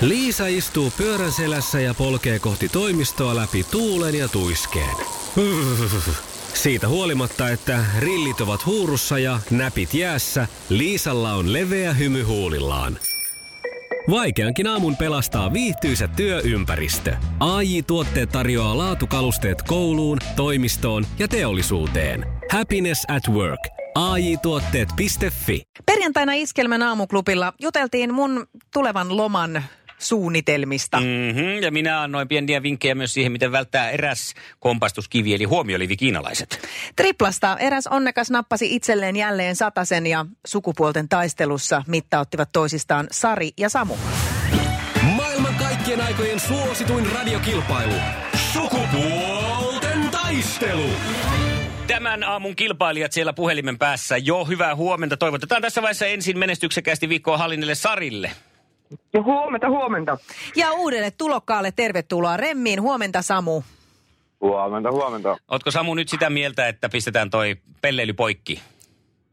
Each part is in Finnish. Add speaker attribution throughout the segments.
Speaker 1: Liisa istuu pyörän selässä ja polkee kohti toimistoa läpi tuulen ja tuiskeen. Siitä huolimatta, että rillit ovat huurussa ja näpit jäässä, Liisalla on leveä hymy huulillaan. Vaikeankin aamun pelastaa viihtyisä työympäristö. AI Tuotteet tarjoaa laatukalusteet kouluun, toimistoon ja teollisuuteen. Happiness at work. AJ Tuotteet.fi
Speaker 2: Perjantaina Iskelmän aamuklubilla juteltiin mun tulevan loman suunnitelmista. Mm.
Speaker 3: Mm-hmm, ja minä annoin pieniä vinkkejä myös siihen, miten välttää eräs kompastuskivi, eli huomiolivi kiinalaiset.
Speaker 2: Triplasta eräs onnekas nappasi itselleen jälleen satasen ja sukupuolten taistelussa mittauttivat toisistaan Sari ja Samu.
Speaker 1: Maailman kaikkien aikojen suosituin radiokilpailu. Sukupuolten taistelu.
Speaker 3: Tämän aamun kilpailijat siellä puhelimen päässä. Jo hyvää huomenta. Toivotetaan tässä vaiheessa ensin menestyksekästi viikkoa Hallinille Sarille.
Speaker 4: Ja huomenta, huomenta.
Speaker 2: Ja uudelle tulokkaalle tervetuloa Remmiin. Huomenta Samu.
Speaker 4: Huomenta, huomenta.
Speaker 3: Otko Samu nyt sitä mieltä, että pistetään toi pelleily poikki?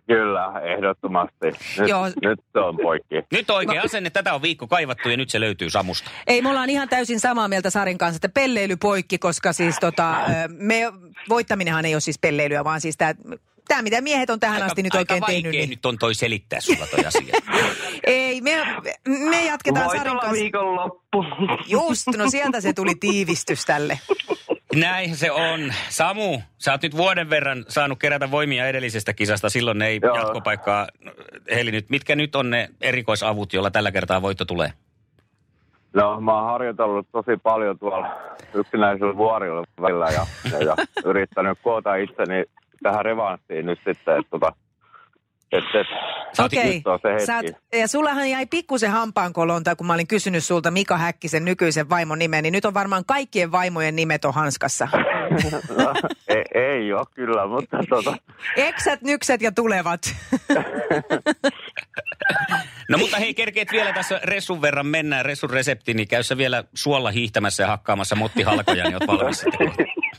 Speaker 4: Kyllä, ehdottomasti. Nyt,
Speaker 2: Joo.
Speaker 4: nyt se on poikki.
Speaker 3: Nyt
Speaker 2: No.
Speaker 3: oikein asenne. Tätä on viikko kaivattu ja nyt se löytyy Samusta.
Speaker 2: Ei, me ollaan ihan täysin samaa mieltä Sarin kanssa, että pelleily poikki, koska siis tota, ö, me, voittaminenhan ei ole siis pelleilyä, vaan siis tämä, tää, mitä miehet on tähän asti nyt
Speaker 3: aika
Speaker 2: oikein
Speaker 3: vaikea
Speaker 2: tehnyt. Niin.
Speaker 3: nyt on toi selittää sulla toi asia.
Speaker 2: Ei, me, me
Speaker 3: Ah.
Speaker 2: jatketaan
Speaker 4: Voi
Speaker 2: Sarin
Speaker 4: tulla
Speaker 2: kanssa.
Speaker 4: viikonloppu.
Speaker 2: Just, no sieltä se tuli tiivistys tälle.
Speaker 3: Näin se on. Samu, sä oot nyt vuoden verran saanut kerätä voimia edellisestä kisasta. Silloin ei Joo.
Speaker 4: Joo.
Speaker 3: jatkopaikkaa helinyt. Mitkä nyt on ne erikoisavut, joilla tällä kertaa voitto tulee?
Speaker 4: No, mä oon harjoitellut tosi paljon tuolla yksinäisillä vuorilla välillä ja, ja, ja yrittänyt koota itseni tähän revanssiin nyt sitten, että tota, et, et,
Speaker 3: Sä oot
Speaker 2: Okei.
Speaker 4: nyt on se
Speaker 2: Sä oot-
Speaker 4: hetki.
Speaker 2: ja sullahan jäi pikkusen hampaankoloonta, kun mä olin kysynyt sulta Mika Häkkisen nykyisen vaimon nimen, niin nyt on varmaan kaikkien vaimojen nimet on hanskassa.
Speaker 4: No, ei, ei ole kyllä, mutta tota,
Speaker 2: Eksät, nykset ja tulevat.
Speaker 3: No mutta hei, kerkeet vielä tässä resun verran mennään. Resun resepti, niin käy sä vielä suolla hiihtämässä ja hakkaamassa mottihalkoja, niin oot valmis sitten.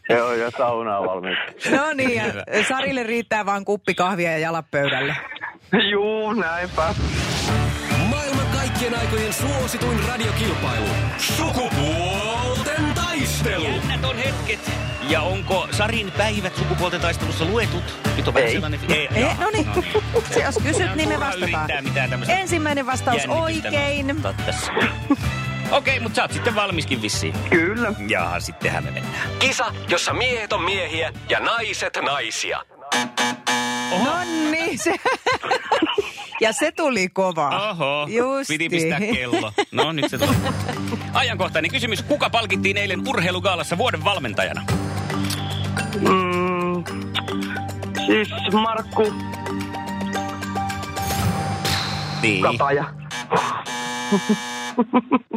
Speaker 4: joo, ja saunaa valmiiksi.
Speaker 2: No niin, ja Sarille riittää vaan kuppi kahvia ja jalat pöydälle.
Speaker 4: Juu, näinpä.
Speaker 1: Maailman kaikkien aikojen suosituin radiokilpailu. Sukupuolten taistelu.
Speaker 3: Jännät on hetket. Ja onko Sarin päivät sukupuolten taistelussa luetut? Nyt on vähän sellainen... Ei,
Speaker 2: Eh,
Speaker 3: jaha.
Speaker 2: no niin, se jos kysyt, niin me
Speaker 3: Turha
Speaker 2: vastataan.
Speaker 3: yrittää mitään tämmöistä
Speaker 2: Ensimmäinen vastaus
Speaker 3: jännitystä
Speaker 2: oikein.
Speaker 3: nostaa tässä. Okei, mutta sä oot sitten valmiskin vissiin.
Speaker 4: Kyllä.
Speaker 3: Jaha, sittenhän me mennään.
Speaker 1: Kisa, jossa miehet on miehiä ja naiset naisia.
Speaker 2: No niin, se... Ja se tuli kova.
Speaker 3: Oho,
Speaker 2: Justi.
Speaker 3: piti pistää kello. No nyt se tuli. Ajankohtainen kysymys. Kuka palkittiin eilen urheilugaalassa vuoden valmentajana?
Speaker 4: Mm, siis Markku
Speaker 3: Niin.
Speaker 4: Kataja.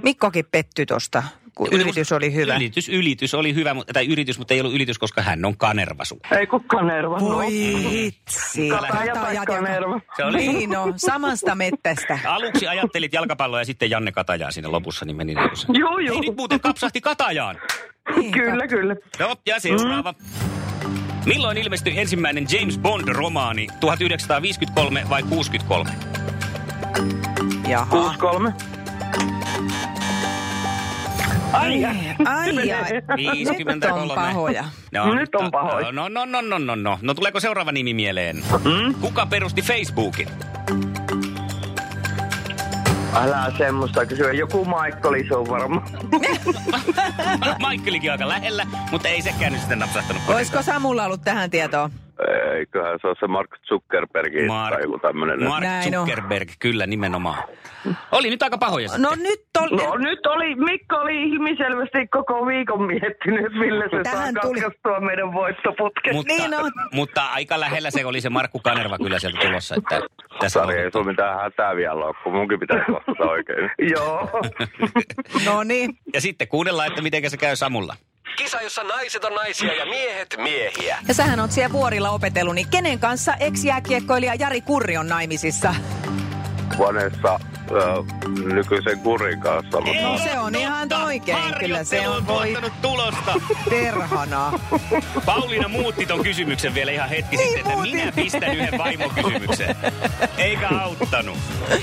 Speaker 2: Mikkokin petty tosta, kun yritys oli hyvä.
Speaker 3: Ylitys, ylitys oli hyvä, mutta- tai yritys, mutta ei ollut ylitys, koska hän on kanervasu.
Speaker 4: Ei kukaan No. nerva.
Speaker 2: Voi hitsi.
Speaker 4: Kataja tai Kanerva.
Speaker 3: Se oli-
Speaker 2: Niin no, samasta mettästä.
Speaker 3: Aluksi ajattelit jalkapalloa ja sitten Janne Katajaa siinä lopussa, niin meni niin kuin
Speaker 4: Juu,
Speaker 3: Ei,
Speaker 4: juu.
Speaker 3: nyt muuten kapsahti Katajaan.
Speaker 4: Kyllä, kyllä.
Speaker 3: No, ja seuraava. Milloin ilmestyi ensimmäinen James Bond-romaani? 1953 vai 63?
Speaker 2: Jaha.
Speaker 4: 6-3.
Speaker 2: Niin.
Speaker 4: Ai, ai.
Speaker 2: Ai, ai.
Speaker 3: Niin,
Speaker 2: Nyt
Speaker 3: 53.
Speaker 2: on pahoja.
Speaker 3: No,
Speaker 4: Nyt on pahoja.
Speaker 3: No, no, no, no, no, no. No, tuleeko seuraava nimi mieleen?
Speaker 4: Mm?
Speaker 3: Kuka perusti Facebookin?
Speaker 4: Älä semmoista kysyä. Joku Michael se on varmaan.
Speaker 3: No, Michaelikin aika lähellä, mutta ei sekään nyt sitten napsahtanut.
Speaker 2: Olisiko Samulla ollut tähän tietoa?
Speaker 4: Eiköhän se ole se Mark Zuckerberg
Speaker 3: Mark-
Speaker 4: tai joku tämmöinen.
Speaker 3: Mark
Speaker 2: Näin on.
Speaker 3: Zuckerberg, kyllä nimenomaan. Oli nyt aika pahoja sitten.
Speaker 2: No nyt
Speaker 4: No
Speaker 2: oli...
Speaker 4: nyt oli, Mikko oli ilmiselvästi koko viikon miettinyt, millä se
Speaker 2: Tähän
Speaker 4: saa
Speaker 2: tuli.
Speaker 4: katkaistua meidän voittoputket.
Speaker 3: mutta,
Speaker 2: niin on.
Speaker 3: mutta aika lähellä se oli se Markku Kanerva kyllä sieltä tulossa. Että tässä
Speaker 5: Sari, ei sulla mitään hätää vielä ole, kun munkin pitäisi vastata oikein.
Speaker 4: Joo.
Speaker 2: No niin.
Speaker 3: ja sitten kuunnellaan, että miten se käy Samulla.
Speaker 1: Kisa, jossa naiset on naisia ja miehet miehiä.
Speaker 2: Ja sähän on siellä vuorilla opetellut, niin kenen kanssa ex-jääkiekkoilija Jari Kurri on naimisissa?
Speaker 5: Vanessa ö, nykyisen kurin kanssa, mutta
Speaker 2: No se on
Speaker 3: Ei,
Speaker 2: ihan
Speaker 3: totta.
Speaker 2: oikein, kyllä se
Speaker 3: Harjoittelu
Speaker 2: on. Voi
Speaker 3: tuottanut tulosta.
Speaker 2: perhana.
Speaker 3: Pauliina muutti ton kysymyksen vielä ihan hetki
Speaker 2: Niin
Speaker 3: sitten, että
Speaker 2: muutin.
Speaker 3: minä pistän yhden vaimon kysymykseen. Eikä auttanut.
Speaker 2: Ei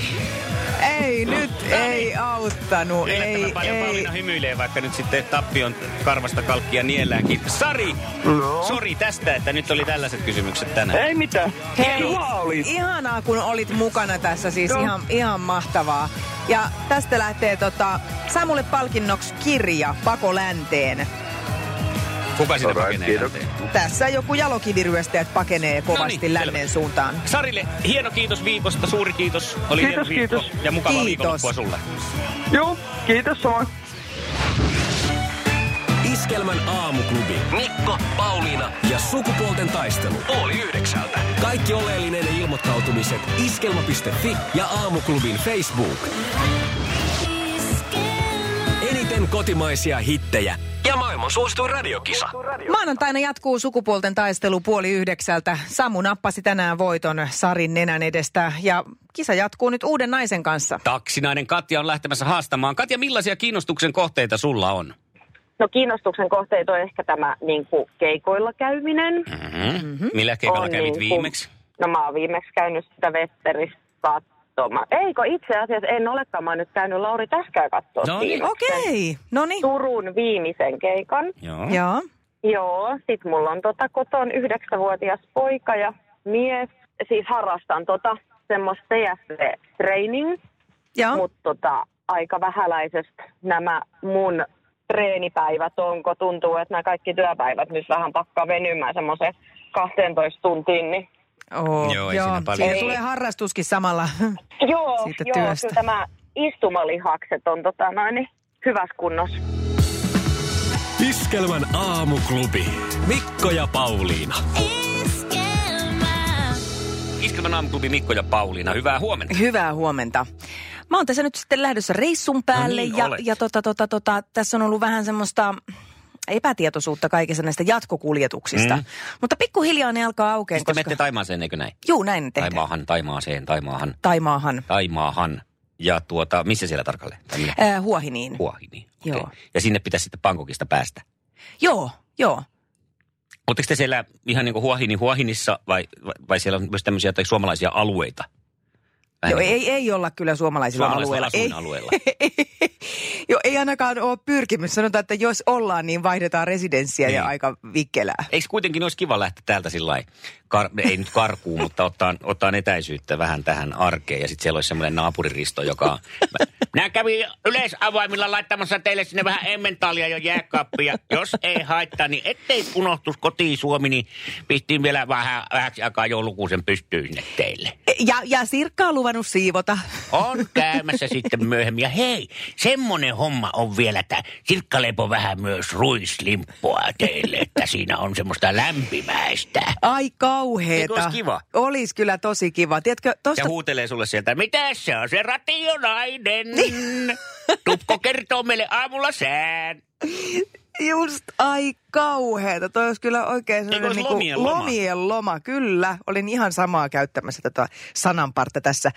Speaker 2: ei, nyt ei auttanut.
Speaker 3: No niin. Yllättävän
Speaker 2: Ei,
Speaker 3: paljon
Speaker 2: ei.
Speaker 3: Pauliina hymyilee, vaikka nyt sitten tappion karvasta kalkkia nieläänkin. Sari,
Speaker 5: No.
Speaker 3: sori tästä, että nyt oli tällaiset kysymykset tänään.
Speaker 5: Ei mitään.
Speaker 2: Hei,
Speaker 5: Kiva oli.
Speaker 2: ihanaa kun olit mukana tässä, siis
Speaker 5: Joo.
Speaker 2: ihan, ihan mahtavaa. Ja tästä lähtee tota, Samulle palkinnoksi kirja Pakolänteen.
Speaker 3: Kuka sitä
Speaker 5: Alright,
Speaker 3: pakenee
Speaker 5: kiitos.
Speaker 3: länteen?
Speaker 2: Tässä joku jalokiviryöstäjät pakenee kovasti
Speaker 3: Noniin,
Speaker 2: lännen
Speaker 3: No niin, selvä.
Speaker 2: suuntaan.
Speaker 3: Sarille hieno kiitos viikosta, suuri kiitos. Oli hieno
Speaker 5: Kiitos,
Speaker 3: viikko
Speaker 5: kiitos.
Speaker 3: ja mukavaa
Speaker 2: Kiitos.
Speaker 3: viikonloppua sulle.
Speaker 5: Joo, kiitos samoin.
Speaker 1: Iskelmän aamuklubi. Mikko, Pauliina ja sukupuolten taistelu. Oli yhdeksältä. Kaikki oleellinen ilmoittautumiset iskelma.fi ja aamuklubin Facebook. Eniten kotimaisia hittejä ja maailman suosituin radiokisa.
Speaker 2: Maanantaina jatkuu sukupuolten taistelu puoli yhdeksältä. Samu nappasi tänään voiton Sarin nenän edestä ja kisa jatkuu nyt uuden naisen kanssa.
Speaker 3: Taksinainen Katja on lähtemässä haastamaan. Katja, millaisia kiinnostuksen kohteita sulla on?
Speaker 6: No kiinnostuksen kohteita on ehkä tämä niin kuin, keikoilla käyminen.
Speaker 2: Mhm.
Speaker 3: Mm-hmm. Millä keikalla
Speaker 6: On
Speaker 3: kävit
Speaker 6: niin kuin-
Speaker 3: viimeksi?
Speaker 6: No mä oon viimeksi käynyt sitä Vetteristä katsomaan. Eikö itse asiassa en olekaan, mä oon nyt käynyt Lauri Tähkää katsoa
Speaker 3: No niin.
Speaker 6: viimeksi.
Speaker 2: Okei, no niin.
Speaker 6: Turun viimeisen keikan.
Speaker 3: Joo.
Speaker 2: Joo.
Speaker 6: Joo, sit mulla on tota koton yhdeksänvuotias poika ja mies. Siis harrastan tota semmoista TFV-training,
Speaker 2: Joo.
Speaker 6: mutta tota, aika vähäläisestä nämä mun treenipäivät on, kun tuntuu, että nämä kaikki työpäivät nyt vähän pakkaa venymään semmoiseen 12 tuntiin, niin
Speaker 2: Oh,
Speaker 3: Joo, ei siinä paljon.
Speaker 2: Siinä tulee harrastuskin samalla.
Speaker 6: Joo,
Speaker 2: siitä
Speaker 6: joo
Speaker 2: työstä.
Speaker 6: kyllä tämä istumalihakset on tota noin, niin hyvässä kunnossa.
Speaker 1: Iskelmän aamuklubi. Mikko ja Pauliina.
Speaker 3: Iskelmän aamuklubi Mikko ja Pauliina, hyvää huomenta.
Speaker 2: Hyvää huomenta. Mä oon tässä nyt sitten lähdössä reissun päälle
Speaker 3: No niin,
Speaker 2: ja,
Speaker 3: olet.
Speaker 2: ja tota, tota, tota, tässä on ollut vähän semmoista epätietoisuutta kaikissa näistä jatkokuljetuksista.
Speaker 3: Mm.
Speaker 2: Mm. Mutta pikkuhiljaa ne alkaa aukeaa,
Speaker 3: Sitten
Speaker 2: koska...
Speaker 3: menette Taimaaseen, eikö näin?
Speaker 2: Juu, näin ne tehdään.
Speaker 3: Taimaahan, Taimaaseen, Taimaahan,
Speaker 2: Taimaahan.
Speaker 3: Taimaahan. Ja tuota, missä siellä tarkalleen? Tai minä?
Speaker 2: Äh, huohiniin.
Speaker 3: Huahiniin. Okei.
Speaker 2: Joo.
Speaker 3: Ja sinne pitäisi sitten Pankokista päästä.
Speaker 2: Joo, joo.
Speaker 3: Oletteko te siellä ihan niin kuin Huahini Huahinissa vai, vai, vai siellä on myös tämmöisiä tai suomalaisia alueita? niinku Vähän
Speaker 2: Joo,
Speaker 3: niin kuin
Speaker 2: ei, ei olla kyllä suomalaisilla,
Speaker 3: suomalaisilla
Speaker 2: alueilla. Ei,
Speaker 3: asuinalueilla.
Speaker 2: joo, ei ainakaan ole pyrkimys. Sanotaan, että jos ollaan, niin vaihdetaan residenssiä ja
Speaker 3: Niin.
Speaker 2: aika vikkelää.
Speaker 3: Eikö kuitenkin olisi kiva lähteä täältä sillä lailla, kar- ei nyt karkuun, mutta ottaa, ottaa etäisyyttä vähän tähän arkeen. Ja sitten siellä olisi semmoinen naapuriristo, joka on... Minä kävin yleisavaimilla laittamassa teille sinne vähän emmentaalia jo jääkaappia. Jos ei haittaa, niin ettei unohtus kotiin Suomi, niin pistin vielä vähän, vähäksi aikaa joulukuusen pystyyn sinne teille.
Speaker 2: Ja, ja Sirkka on luvannut siivota.
Speaker 3: On käymässä sitten myöhemmin. Ja hei, semmonen homma on vielä, että sirkkalepo vähän myös ruislimppua teille, että siinä on semmoista lämpimäistä.
Speaker 2: Ai
Speaker 3: Eikö
Speaker 2: kauheeta.
Speaker 3: olisi kiva?
Speaker 2: Olisi kyllä tosi kiva. Tiedätkö, tosta...
Speaker 3: Ja huutelee sulle sieltä, mitä se on se rationainen? Tupko kertoo meille aamulla sään.
Speaker 2: Just ai kauheeta. Toi olisi kyllä oikein sellainen
Speaker 3: olisi
Speaker 2: niinku
Speaker 3: lomien loma?
Speaker 2: lomien loma. Kyllä, olin ihan samaa käyttämässä tätä sananpartta tässä.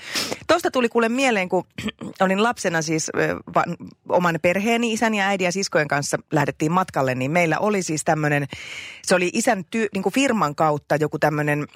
Speaker 2: Tuosta tuli kuule mieleen, kun olin lapsena siis ö, van, oman perheeni, isän ja äidin ja siskojen kanssa lähdettiin matkalle, niin meillä oli siis tämmöinen, se oli isän ty, niinku firman kautta joku tämmöinen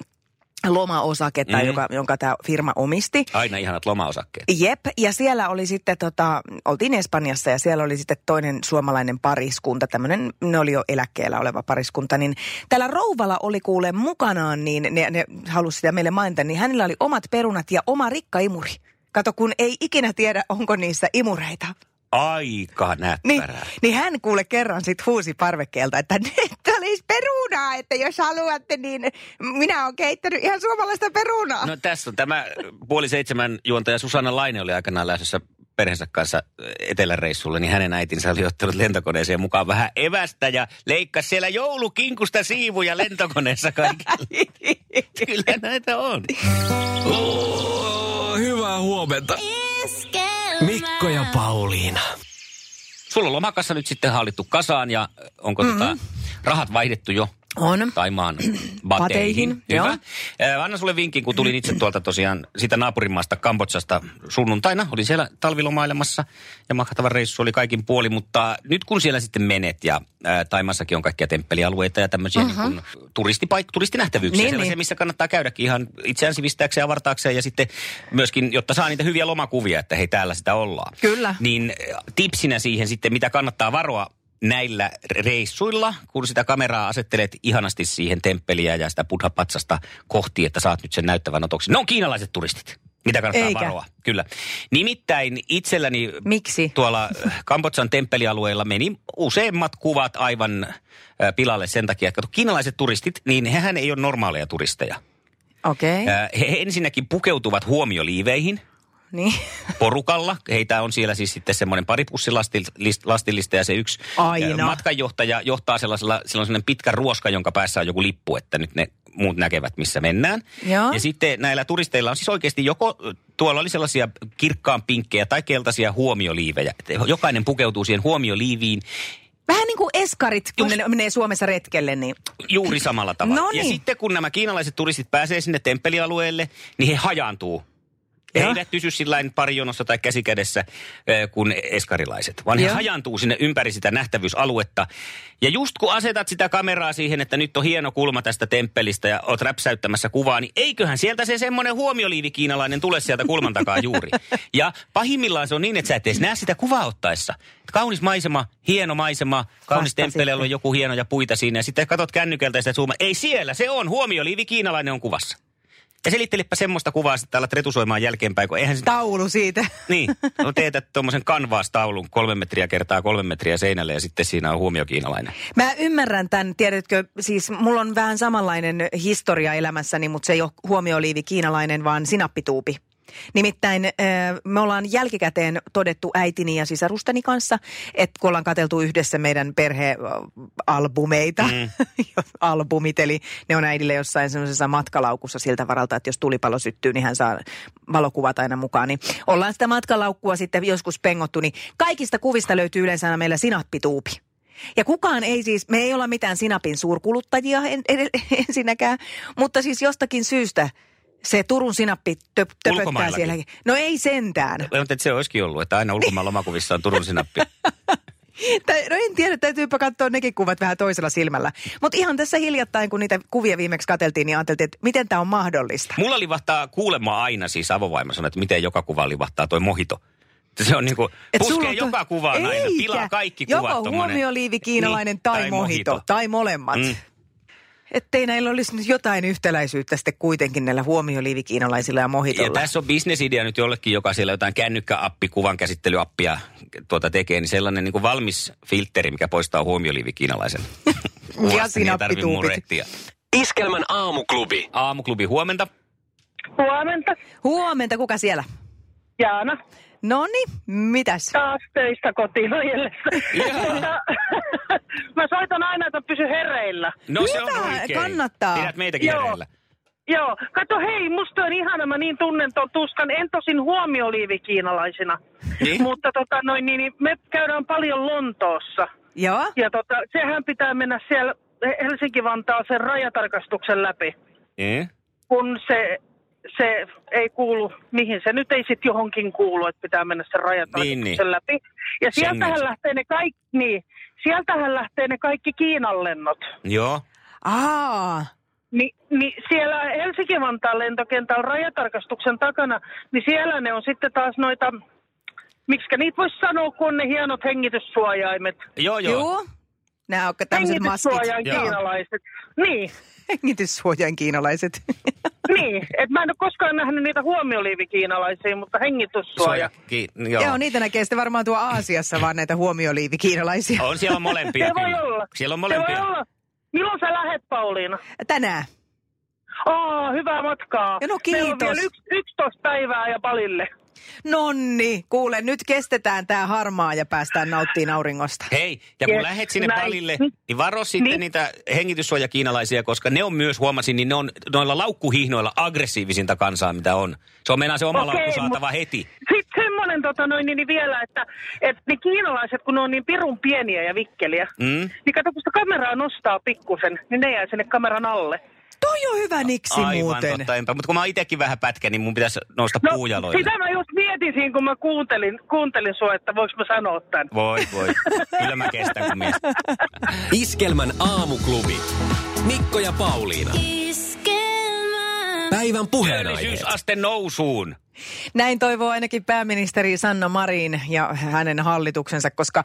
Speaker 2: lomaosake, tai
Speaker 3: Mhm.
Speaker 2: joka, jonka tämä firma omisti.
Speaker 3: Aina ihanat lomaosakkeet.
Speaker 2: Jep, ja siellä oli sitten, tota, oltiin Espanjassa ja siellä oli sitten toinen suomalainen pariskunta, tämmöinen, ne oli jo eläkkeellä oleva pariskunta, niin täällä Rouvalla oli kuule mukanaan, niin ne, ne halusi sitä meille mainita, niin hänellä oli omat perunat ja oma rikkaimuri. Kato, kun ei ikinä tiedä, onko niissä imureita.
Speaker 3: Aika
Speaker 2: Niin,
Speaker 3: näppärää.
Speaker 2: niin hän kuule kerran sit huusi parvekkeelta, että nyt olisi perunaa, että jos haluatte, niin minä oon keittänyt ihan suomalaista perunaa.
Speaker 3: No tässä on tämä puoli seitsemän juontaja Susanna Laine oli aikanaan lähdössä perheensä kanssa eteläreissulle, niin hänen äitinsä oli ottanut lentokoneeseen mukaan vähän evästä ja leikkasi siellä joulukinkusta siivuja lentokoneessa kaikille. Kyllä näitä on.
Speaker 1: Oh, hyvää huomenta. Mikko ja Pauliina.
Speaker 3: Sulla on lomakassa nyt sitten hallittu kasaan ja onko mm-hmm. tota, rahat vaihdettu jo?
Speaker 2: On.
Speaker 3: Taimaan bateihin.
Speaker 2: Bateihin,
Speaker 3: Hyvä.
Speaker 2: joo.
Speaker 3: Äh, anna sulle vinkin, kun tulin itse tuolta tosiaan sitä naapurimaasta Kambotsasta sunnuntaina. Olin siellä talvilomailemassa ja mahtava reissu oli kaikin puoli, mutta nyt kun siellä sitten menet ja äh, Taimassakin on kaikkia temppelialueita ja tämmöisiä uh-huh. niin kuin turistipaik- turistinähtävyyksiä,
Speaker 2: Niin,
Speaker 3: niin, sellaisia,
Speaker 2: niin.
Speaker 3: missä kannattaa käydäkin ihan itseään sivistääkseen, avartaakseen ja sitten myöskin, jotta saa niitä hyviä lomakuvia, että hei täällä sitä ollaan.
Speaker 2: Kyllä.
Speaker 3: Niin äh, tipsinä siihen sitten, mitä kannattaa varoa näillä reissuilla, kun sitä kameraa asettelet ihanasti siihen temppeliä ja sitä buddhapatsasta kohti, että saat nyt sen näyttävän otoksen. Ne on kiinalaiset turistit, mitä kannattaa
Speaker 2: Eikä.
Speaker 3: varoa. Kyllä. Nimittäin itselläni
Speaker 2: Miksi?
Speaker 3: tuolla äh, Kambodsan temppelialueella meni useimmat kuvat aivan äh, pilalle sen takia, että kato, kiinalaiset turistit, niin hehän ei ole normaaleja turisteja.
Speaker 2: Okei. Okay.
Speaker 3: Äh, He ensinnäkin pukeutuvat huomioliiveihin,
Speaker 2: Niin.
Speaker 3: porukalla. Heitä on siellä siis sitten semmoinen pari pussilastillista ja se yksi
Speaker 2: Aina.
Speaker 3: ö, matkanjohtaja johtaa sellaisella, sillä on sellainen pitkä ruoska, jonka päässä on joku lippu, että nyt ne muut näkevät, missä mennään.
Speaker 2: Joo.
Speaker 3: Ja sitten näillä turisteilla on siis oikeasti joko, tuolla oli sellaisia kirkkaan pinkkejä tai keltaisia huomioliivejä. Että Jokainen pukeutuu siihen huomioliiviin
Speaker 2: Vähän niin kuin eskarit, kun
Speaker 3: Just-
Speaker 2: ne menee Suomessa retkelle, niin
Speaker 3: juuri samalla tavalla.
Speaker 2: No
Speaker 3: Ja
Speaker 2: niin.
Speaker 3: sitten kun nämä kiinalaiset turistit pääsee sinne temppelialueelle, niin he hajaantuu. He
Speaker 2: Joo.
Speaker 3: eivät pysy sillä lailla parijonossa tai käsikädessä eh, kuin eskarilaiset, vaan he
Speaker 2: Joo.
Speaker 3: hajaantuu sinne ympäri sitä nähtävyysaluetta. Ja just kun asetat sitä kameraa siihen, että nyt on hieno kulma tästä temppelistä ja oot räpsäyttämässä kuvaa, niin eiköhän sieltä se semmoinen huomioliivi kiinalainen tule sieltä kulman takaa juuri. Ja pahimmillaan se on niin, että sä et edes näe sitä kuvaa ottaessa. Kaunis maisema, hieno maisema, kaunis
Speaker 2: Vasta
Speaker 3: temppeli,
Speaker 2: sitten.
Speaker 3: on joku hienoja puita siinä. Ja sitten katot kännykältä ja sitä zoomaa. Ei siellä, se on. Huomioliivi kiinalainen on kuvassa. Ja selittelipä semmoista kuvaa sitten täällä retusoimaan jälkeenpäin, kun eihän sitä...
Speaker 2: taulu siitä.
Speaker 3: Niin, no teetät tuommoisen kanvaastaulun kolme metriä kertaa kolme metriä seinälle ja sitten siinä on huomio kiinalainen.
Speaker 2: Mä ymmärrän tämän, tiedätkö, siis mulla on vähän samanlainen historia elämässäni, mutta se ei ole huomioliivi kiinalainen, vaan sinappituupi. Nimittäin ö, me ollaan jälkikäteen todettu äitini ja sisarusteni kanssa, että kun ollaan katseltu yhdessä meidän perhealbumeita, mm. albumit, eli ne on äidille jossain semmoisessa matkalaukussa siltä varalta, että jos tulipalo syttyy, niin hän saa valokuvat aina mukaan. Niin ollaan sitä matkalaukkua sitten joskus pengottu, niin kaikista kuvista löytyy yleensä aina meillä sinappituupi. Ja kukaan ei siis, me ei olla mitään sinapin suurkuluttajia en, en, ensinnäkään, mutta siis jostakin syystä se Turun sinappi töp, töpöttää
Speaker 3: Ulkomaillakin.
Speaker 2: siellä. No ei sentään.
Speaker 3: Mä ajattelin, että se olisikin ollut, että aina ulkomaan lomakuvissa on Turun sinappi.
Speaker 2: Tai- No en tiedä, täytyypä katsoa nekin kuvat vähän toisella silmällä. Mutta ihan tässä hiljattain, kun niitä kuvia viimeksi katseltiin, niin ajateltiin, että miten tämä on mahdollista.
Speaker 3: Mulla livahtaa kuulemma aina siis avovaimo sanoi, että miten joka kuva livahtaa toi mohito. Se on niinku,
Speaker 2: Et
Speaker 3: puskee
Speaker 2: sulla on toi-
Speaker 3: joka kuvaan aina,
Speaker 2: Eikä.
Speaker 3: pilaa kaikki kuvat.
Speaker 2: Joko
Speaker 3: tommonen.
Speaker 2: huomioliivi kiinalainen niin,
Speaker 3: Niin,
Speaker 2: tai, tai mohito, tai molemmat.
Speaker 3: Mm.
Speaker 2: Mm. Ettei näillä olisi nyt jotain yhtäläisyyttä sitten kuitenkin näillä huomioliivi kiinalaisilla ja
Speaker 3: Ja
Speaker 2: mohitolla.
Speaker 3: tässä on bisnesidea nyt jollekin, joka siellä jotain kännykkäappi, kuvan käsittelyappia tuota tekee, niin sellainen niin kuin valmis filtteri, mikä poistaa huomioliivi kiinalaisen. Kuvasta, niin ei
Speaker 2: sinappituupit.
Speaker 3: tarvi murehtia.
Speaker 1: Iskelmän aamuklubi.
Speaker 3: Aamuklubi huomenta.
Speaker 6: Huomenta,
Speaker 2: Huomenta, kuka siellä?
Speaker 6: Jaana.
Speaker 2: Noni, mitäs?
Speaker 6: Taas töistä kotiin ojellessa. Tota, Mä soitan aina, että pysy hereillä.
Speaker 3: No se on
Speaker 2: Hyvä,
Speaker 3: oikein.
Speaker 2: kannattaa.
Speaker 3: Pidät meitäkin
Speaker 6: Joo.
Speaker 3: hereillä.
Speaker 6: Joo, kato hei, musta on ihana, mä niin tunnen ton tuskan. En tosin huomioliivi kiinalaisina.
Speaker 3: Niin.
Speaker 6: Mutta tota, noin, niin, niin, me käydään paljon Lontoossa.
Speaker 2: Joo,
Speaker 6: Ja tota, sehän pitää mennä siellä Helsinki-Vantaan sen rajatarkastuksen läpi,
Speaker 3: Eh?
Speaker 6: kun se, se ei kuulu, mihin se nyt ei sitten johonkin kuulu, että pitää mennä sen rajatarkastuksen
Speaker 3: Niin, niin.
Speaker 6: läpi.
Speaker 3: Schengen.
Speaker 6: Ja sieltähän lähtee ne kaikki, niin, sieltähän lähtee ne kaikki Kiinan lennot.
Speaker 3: Joo.
Speaker 2: aa,
Speaker 6: Ni, niin siellä Helsinki-Vantaan lentokentällä rajatarkastuksen takana, niin siellä ne on sitten taas noita, miksi niitä voisi sanoa, kun on ne hienot hengityssuojaimet.
Speaker 3: Joo, joo.
Speaker 2: joo. Nämä on tämmöiset maskit.
Speaker 6: Hengityssuojain
Speaker 3: Joo.
Speaker 6: kiinalaiset. Niin,
Speaker 2: Hengityssuojain kiinalaiset.
Speaker 6: niin. Et mä en ole koskaan nähnyt niitä huomioliivikiinalaisia, mutta
Speaker 3: Suoja.
Speaker 6: hengityssuoja.
Speaker 3: Ki-
Speaker 2: Joo.
Speaker 3: joo.
Speaker 2: joo, niitä näkee sitten varmaan tuo Aasiassa vaan näitä huomioliivi kiinalaisia.
Speaker 3: On siellä on molempia.
Speaker 6: Se voi
Speaker 3: kyllä.
Speaker 6: olla.
Speaker 3: Siellä on
Speaker 6: Se
Speaker 3: molempia.
Speaker 6: voi olla. Milloin sä lähet, Pauliina?
Speaker 2: Tänään.
Speaker 6: Aa, hyvää matkaa.
Speaker 2: Ja no
Speaker 6: Meillä on vielä
Speaker 2: kiitos.
Speaker 6: yks, 11 päivää ja palille.
Speaker 2: Nonni, kuule, nyt kestetään tää harmaa ja päästään nauttiin auringosta.
Speaker 3: Hei, ja kun yes,
Speaker 6: Yes,
Speaker 3: lähet sinne näin.
Speaker 6: näin.
Speaker 3: palille, niin varo sitten niin.
Speaker 6: Niin.
Speaker 3: niitä hengityssuojakiinalaisia, koska ne on myös, huomasin, niin ne on noilla laukkuhihnoilla aggressiivisinta kansaa, mitä on. Se on meinaa se oma
Speaker 6: Okei,
Speaker 3: laukku saatava heti.
Speaker 6: Sitten semmo,
Speaker 7: semmoinen tota noin, niin, niin vielä, että et, ne kiinalaiset, kun ne on niin pirun pieniä ja vikkeliä,
Speaker 3: Mm?
Speaker 7: niin kato, kun sitä kameraa nostaa pikkusen, niin ne jää sinne kameran alle.
Speaker 2: Toi on hyvä niksi
Speaker 3: Aivan
Speaker 2: muuten.
Speaker 3: totta, enpä. Mutta kun mä oon itekin vähän pätkä, niin mun pitäisi nousta
Speaker 7: No,
Speaker 3: puujaloille.
Speaker 7: sitä mä just mietin siinä, kun mä kuuntelin, kuuntelin sua, että voiko mä sanoa tämän.
Speaker 3: Voi, voi. Kyllä mä kestän kun mies.
Speaker 1: Iskelmän aamuklubi. Mikko ja Pauliina. Päivän puheenaiheet.
Speaker 3: Työllisyysaste nousuun.
Speaker 2: Näin toivoo ainakin pääministeri Sanna Marin ja hänen hallituksensa, koska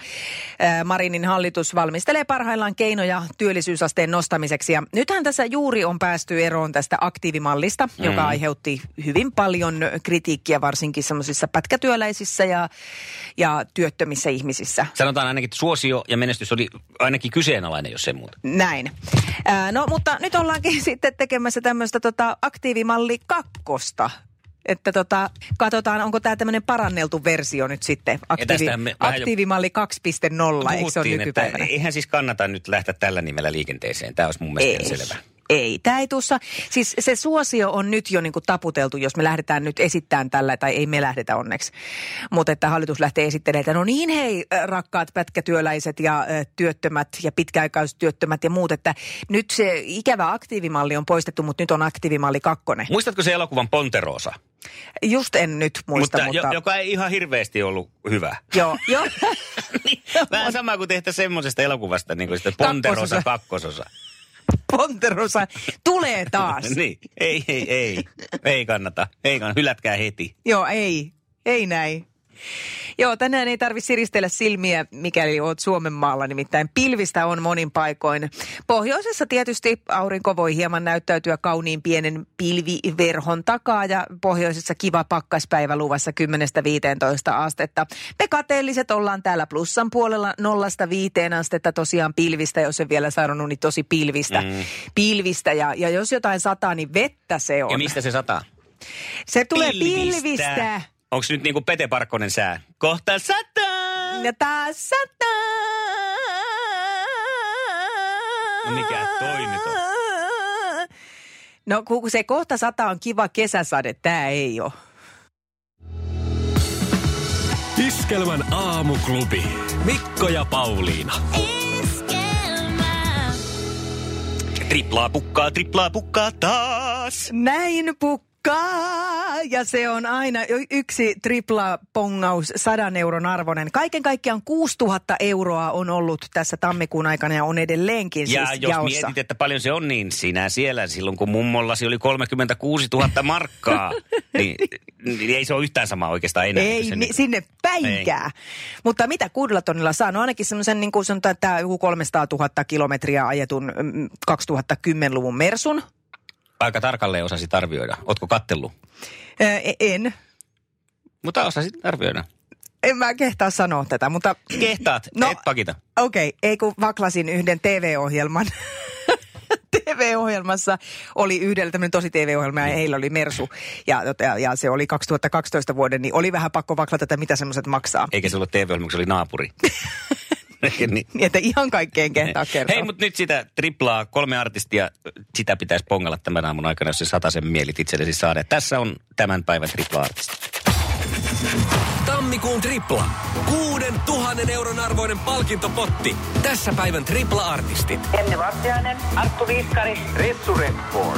Speaker 2: ää, Marinin hallitus valmistelee parhaillaan keinoja työllisyysasteen nostamiseksi. Ja nythän tässä juuri on päästy eroon tästä aktiivimallista, mm. joka aiheutti hyvin paljon kritiikkiä varsinkin semmoisissa pätkätyöläisissä ja, ja työttömissä ihmisissä.
Speaker 3: Sanotaan ainakin, että suosio ja menestys oli ainakin kyseenalainen, jos ei muuta.
Speaker 2: Näin. Ää, no mutta nyt ollaankin sitten tekemässä tämmöistä tota, aktiivimalli kakkosta. Että tota, katsotaan, onko tämä tämmöinen paranneltu versio nyt sitten. Aktiivi,
Speaker 3: tästähän me vähän jo-
Speaker 2: aktiivimalli 2.0, eikö se ole
Speaker 3: että
Speaker 2: nykypäivänä?
Speaker 3: eihän siis kannata nyt lähteä tällä nimellä liikenteeseen. Tämä olisi mun mielestä ihan selvä.
Speaker 2: Ei, tämä ei tuossa. Siis se suosio on nyt jo niinku taputeltu, jos me lähdetään nyt esittämään tällä, tai ei me lähdetä onneksi. Mutta että hallitus lähtee esittelemään, että no niin hei äh, rakkaat pätkätyöläiset ja äh, työttömät ja pitkäaikaistyöttömät ja muut, että nyt se ikävä aktiivimalli on poistettu, mutta nyt on aktiivimalli kakkonen.
Speaker 3: Muistatko se elokuvan Ponteroosa?
Speaker 2: Just en nyt muista, mutta... mutta...
Speaker 3: Jo, joka ei ihan hirveästi ollut hyvä.
Speaker 2: Joo, joo.
Speaker 3: Niin, Vähän sama kuin tehdä semmoisesta elokuvasta, niin kuin sitä Ponterosa
Speaker 2: No, Kakkososa.
Speaker 3: kakkososa.
Speaker 2: Ponterosa tulee taas.
Speaker 3: niin, ei, ei, ei. Ei kannata. Ei kannata. Hylätkää heti.
Speaker 2: Joo, ei. Ei näin. Joo, tänään ei tarvitse siristellä silmiä, mikäli oot Suomen maalla, nimittäin pilvistä on monin paikoin. Pohjoisessa tietysti aurinko voi hieman näyttäytyä kauniin pienen pilviverhon takaa ja pohjoisessa kiva pakkaspäivä luvassa 10-15 astetta. Me kateelliset ollaan täällä plussan puolella 0-5 astetta tosiaan pilvistä, jos en vielä sanonut, niin tosi pilvistä. Mm. Pilvistä ja, ja jos jotain sataa, niin vettä se on.
Speaker 3: Ja mistä se sataa?
Speaker 2: Se tulee pilvistä.
Speaker 3: Onko nyt niinku Pete Parkkonen sää? Kohta sataa!
Speaker 2: Ja taas sataa.
Speaker 3: No mikä toi nyt on?
Speaker 2: No kun kun se kohta sata on kiva kesäsade, tää ei oo.
Speaker 1: Iskelmän aamuklubi. Mikko ja Pauliina.
Speaker 3: Triplaa pukkaa, triplaa pukkaa taas!
Speaker 2: Näin pukkaa! Ja se on aina y- yksi tripla pongaus sadan euron arvoinen. Kaiken kaikkiaan 6000 euroa on ollut tässä tammikuun aikana ja on edelleenkin siis
Speaker 3: Ja jos
Speaker 2: jaossa.
Speaker 3: mietit, että paljon se on, niin sinä siellä silloin, kun mummollasi oli 36 000 markkaa, niin, niin ei se ole yhtään sama oikeastaan enää.
Speaker 2: Ei,
Speaker 3: Eikö se
Speaker 2: mi-
Speaker 3: niin?
Speaker 2: sinne päinkää. Mutta mitä kuudella tonnilla saa? No ainakin semmoisen, niin kuin sanotaan, tämä joku 300 000 kilometriä ajetun mm, 2010-luvun Mersun.
Speaker 3: Aika tarkalleen osasit arvioida. Ootko kattellut?
Speaker 2: Ö, e- en.
Speaker 3: Mutta osasit arvioida.
Speaker 2: En mä kehtaa sanoa tätä, mutta
Speaker 3: Kehtaat, no.
Speaker 2: No.
Speaker 3: et pakita.
Speaker 2: okei, okay, ei kun vaklasin yhden TV-ohjelman. TV-ohjelmassa oli yhdellä tämmöinen tosi TV-ohjelma ja heillä oli Mersu ja, tota, ja, ja se oli 2012 vuoden, niin oli vähän pakko vaklata, että mitä semmoiset maksaa.
Speaker 3: Eikä se ollut TV-ohjelma, kun se oli naapuri. Eikö niin?
Speaker 2: Niin, että ihan kaikkeen kehtaa kertoa.
Speaker 3: Hei, mutta nyt sitä triplaa, kolme artistia, sitä pitäisi pongalla tämän aamun aikana, jos se sen mielit itsellesi saada. Ja Tässä on tämän päivän tripla-artisti.
Speaker 1: Tammikuun tripla. Kuuden tuhannen euron arvoinen palkintopotti. Tässä päivän tripla-artistit.
Speaker 7: Enne Vartiainen, Arttu Viiskari.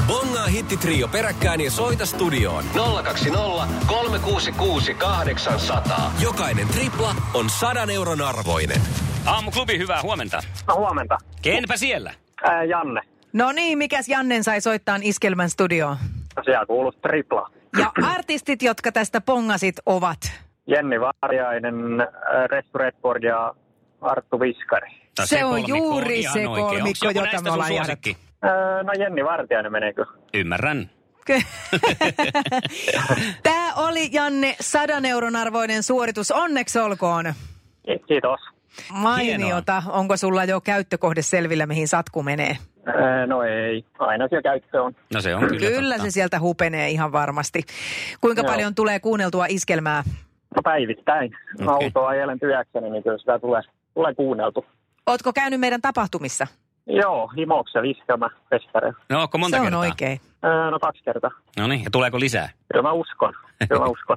Speaker 1: Bongaa hittitrio peräkkäin ja soita studioon.
Speaker 8: 020 366 800.
Speaker 1: Jokainen tripla on sadan euron arvoinen.
Speaker 3: Aamuklubi, hyvää huomenta.
Speaker 5: No huomenta.
Speaker 3: Kenpä siellä?
Speaker 5: Ää, Janne.
Speaker 2: No niin, mikäs Jannen sai soittaa iskelmän studioon?
Speaker 5: Siellä kuuluu tripla.
Speaker 2: Ja artistit, jotka tästä pongasit, ovat...
Speaker 5: Jenni Varjainen, ää, Ressu Redford ja Arttu Viskari.
Speaker 2: Se on
Speaker 3: kolmikko
Speaker 2: juuri
Speaker 3: ihan
Speaker 2: se
Speaker 3: oikein. Onks
Speaker 2: kolmikko,
Speaker 3: joku
Speaker 2: jota
Speaker 3: näistä
Speaker 2: me
Speaker 3: sun
Speaker 2: ollaan
Speaker 3: suosikki?
Speaker 5: Ää, no Jenni Vartiainen meneekö?
Speaker 3: Ymmärrän.
Speaker 2: Tämä oli, Janne, sadan euron arvoinen suoritus. Onneksi olkoon.
Speaker 5: Ki- Kiitos.
Speaker 2: Mainiota. Onko sulla jo käyttökohde selvillä, mihin satku menee?
Speaker 5: Ää, no ei, aina siellä käyttö on.
Speaker 3: No se on kyllä,
Speaker 2: Kyllä, Kyllä
Speaker 3: totta.
Speaker 2: se sieltä hupenee ihan varmasti. Kuinka
Speaker 5: Joo.
Speaker 2: paljon tulee kuunneltua iskelmää?
Speaker 5: No päivittäin. Okay.
Speaker 3: Okei.
Speaker 5: Autoa ajelen työkseni, niin kyllä sitä tulee, tulee kuunneltu.
Speaker 2: Ootko käynyt meidän tapahtumissa?
Speaker 5: Joo, himoksen viskelmä festare.
Speaker 3: No onko monta
Speaker 2: se on
Speaker 3: kertaa?
Speaker 2: oikein.
Speaker 5: Ää, no kaksi kertaa.
Speaker 3: No niin, ja tuleeko lisää?
Speaker 5: Kyllä mä uskon. Kyllä mä uskon.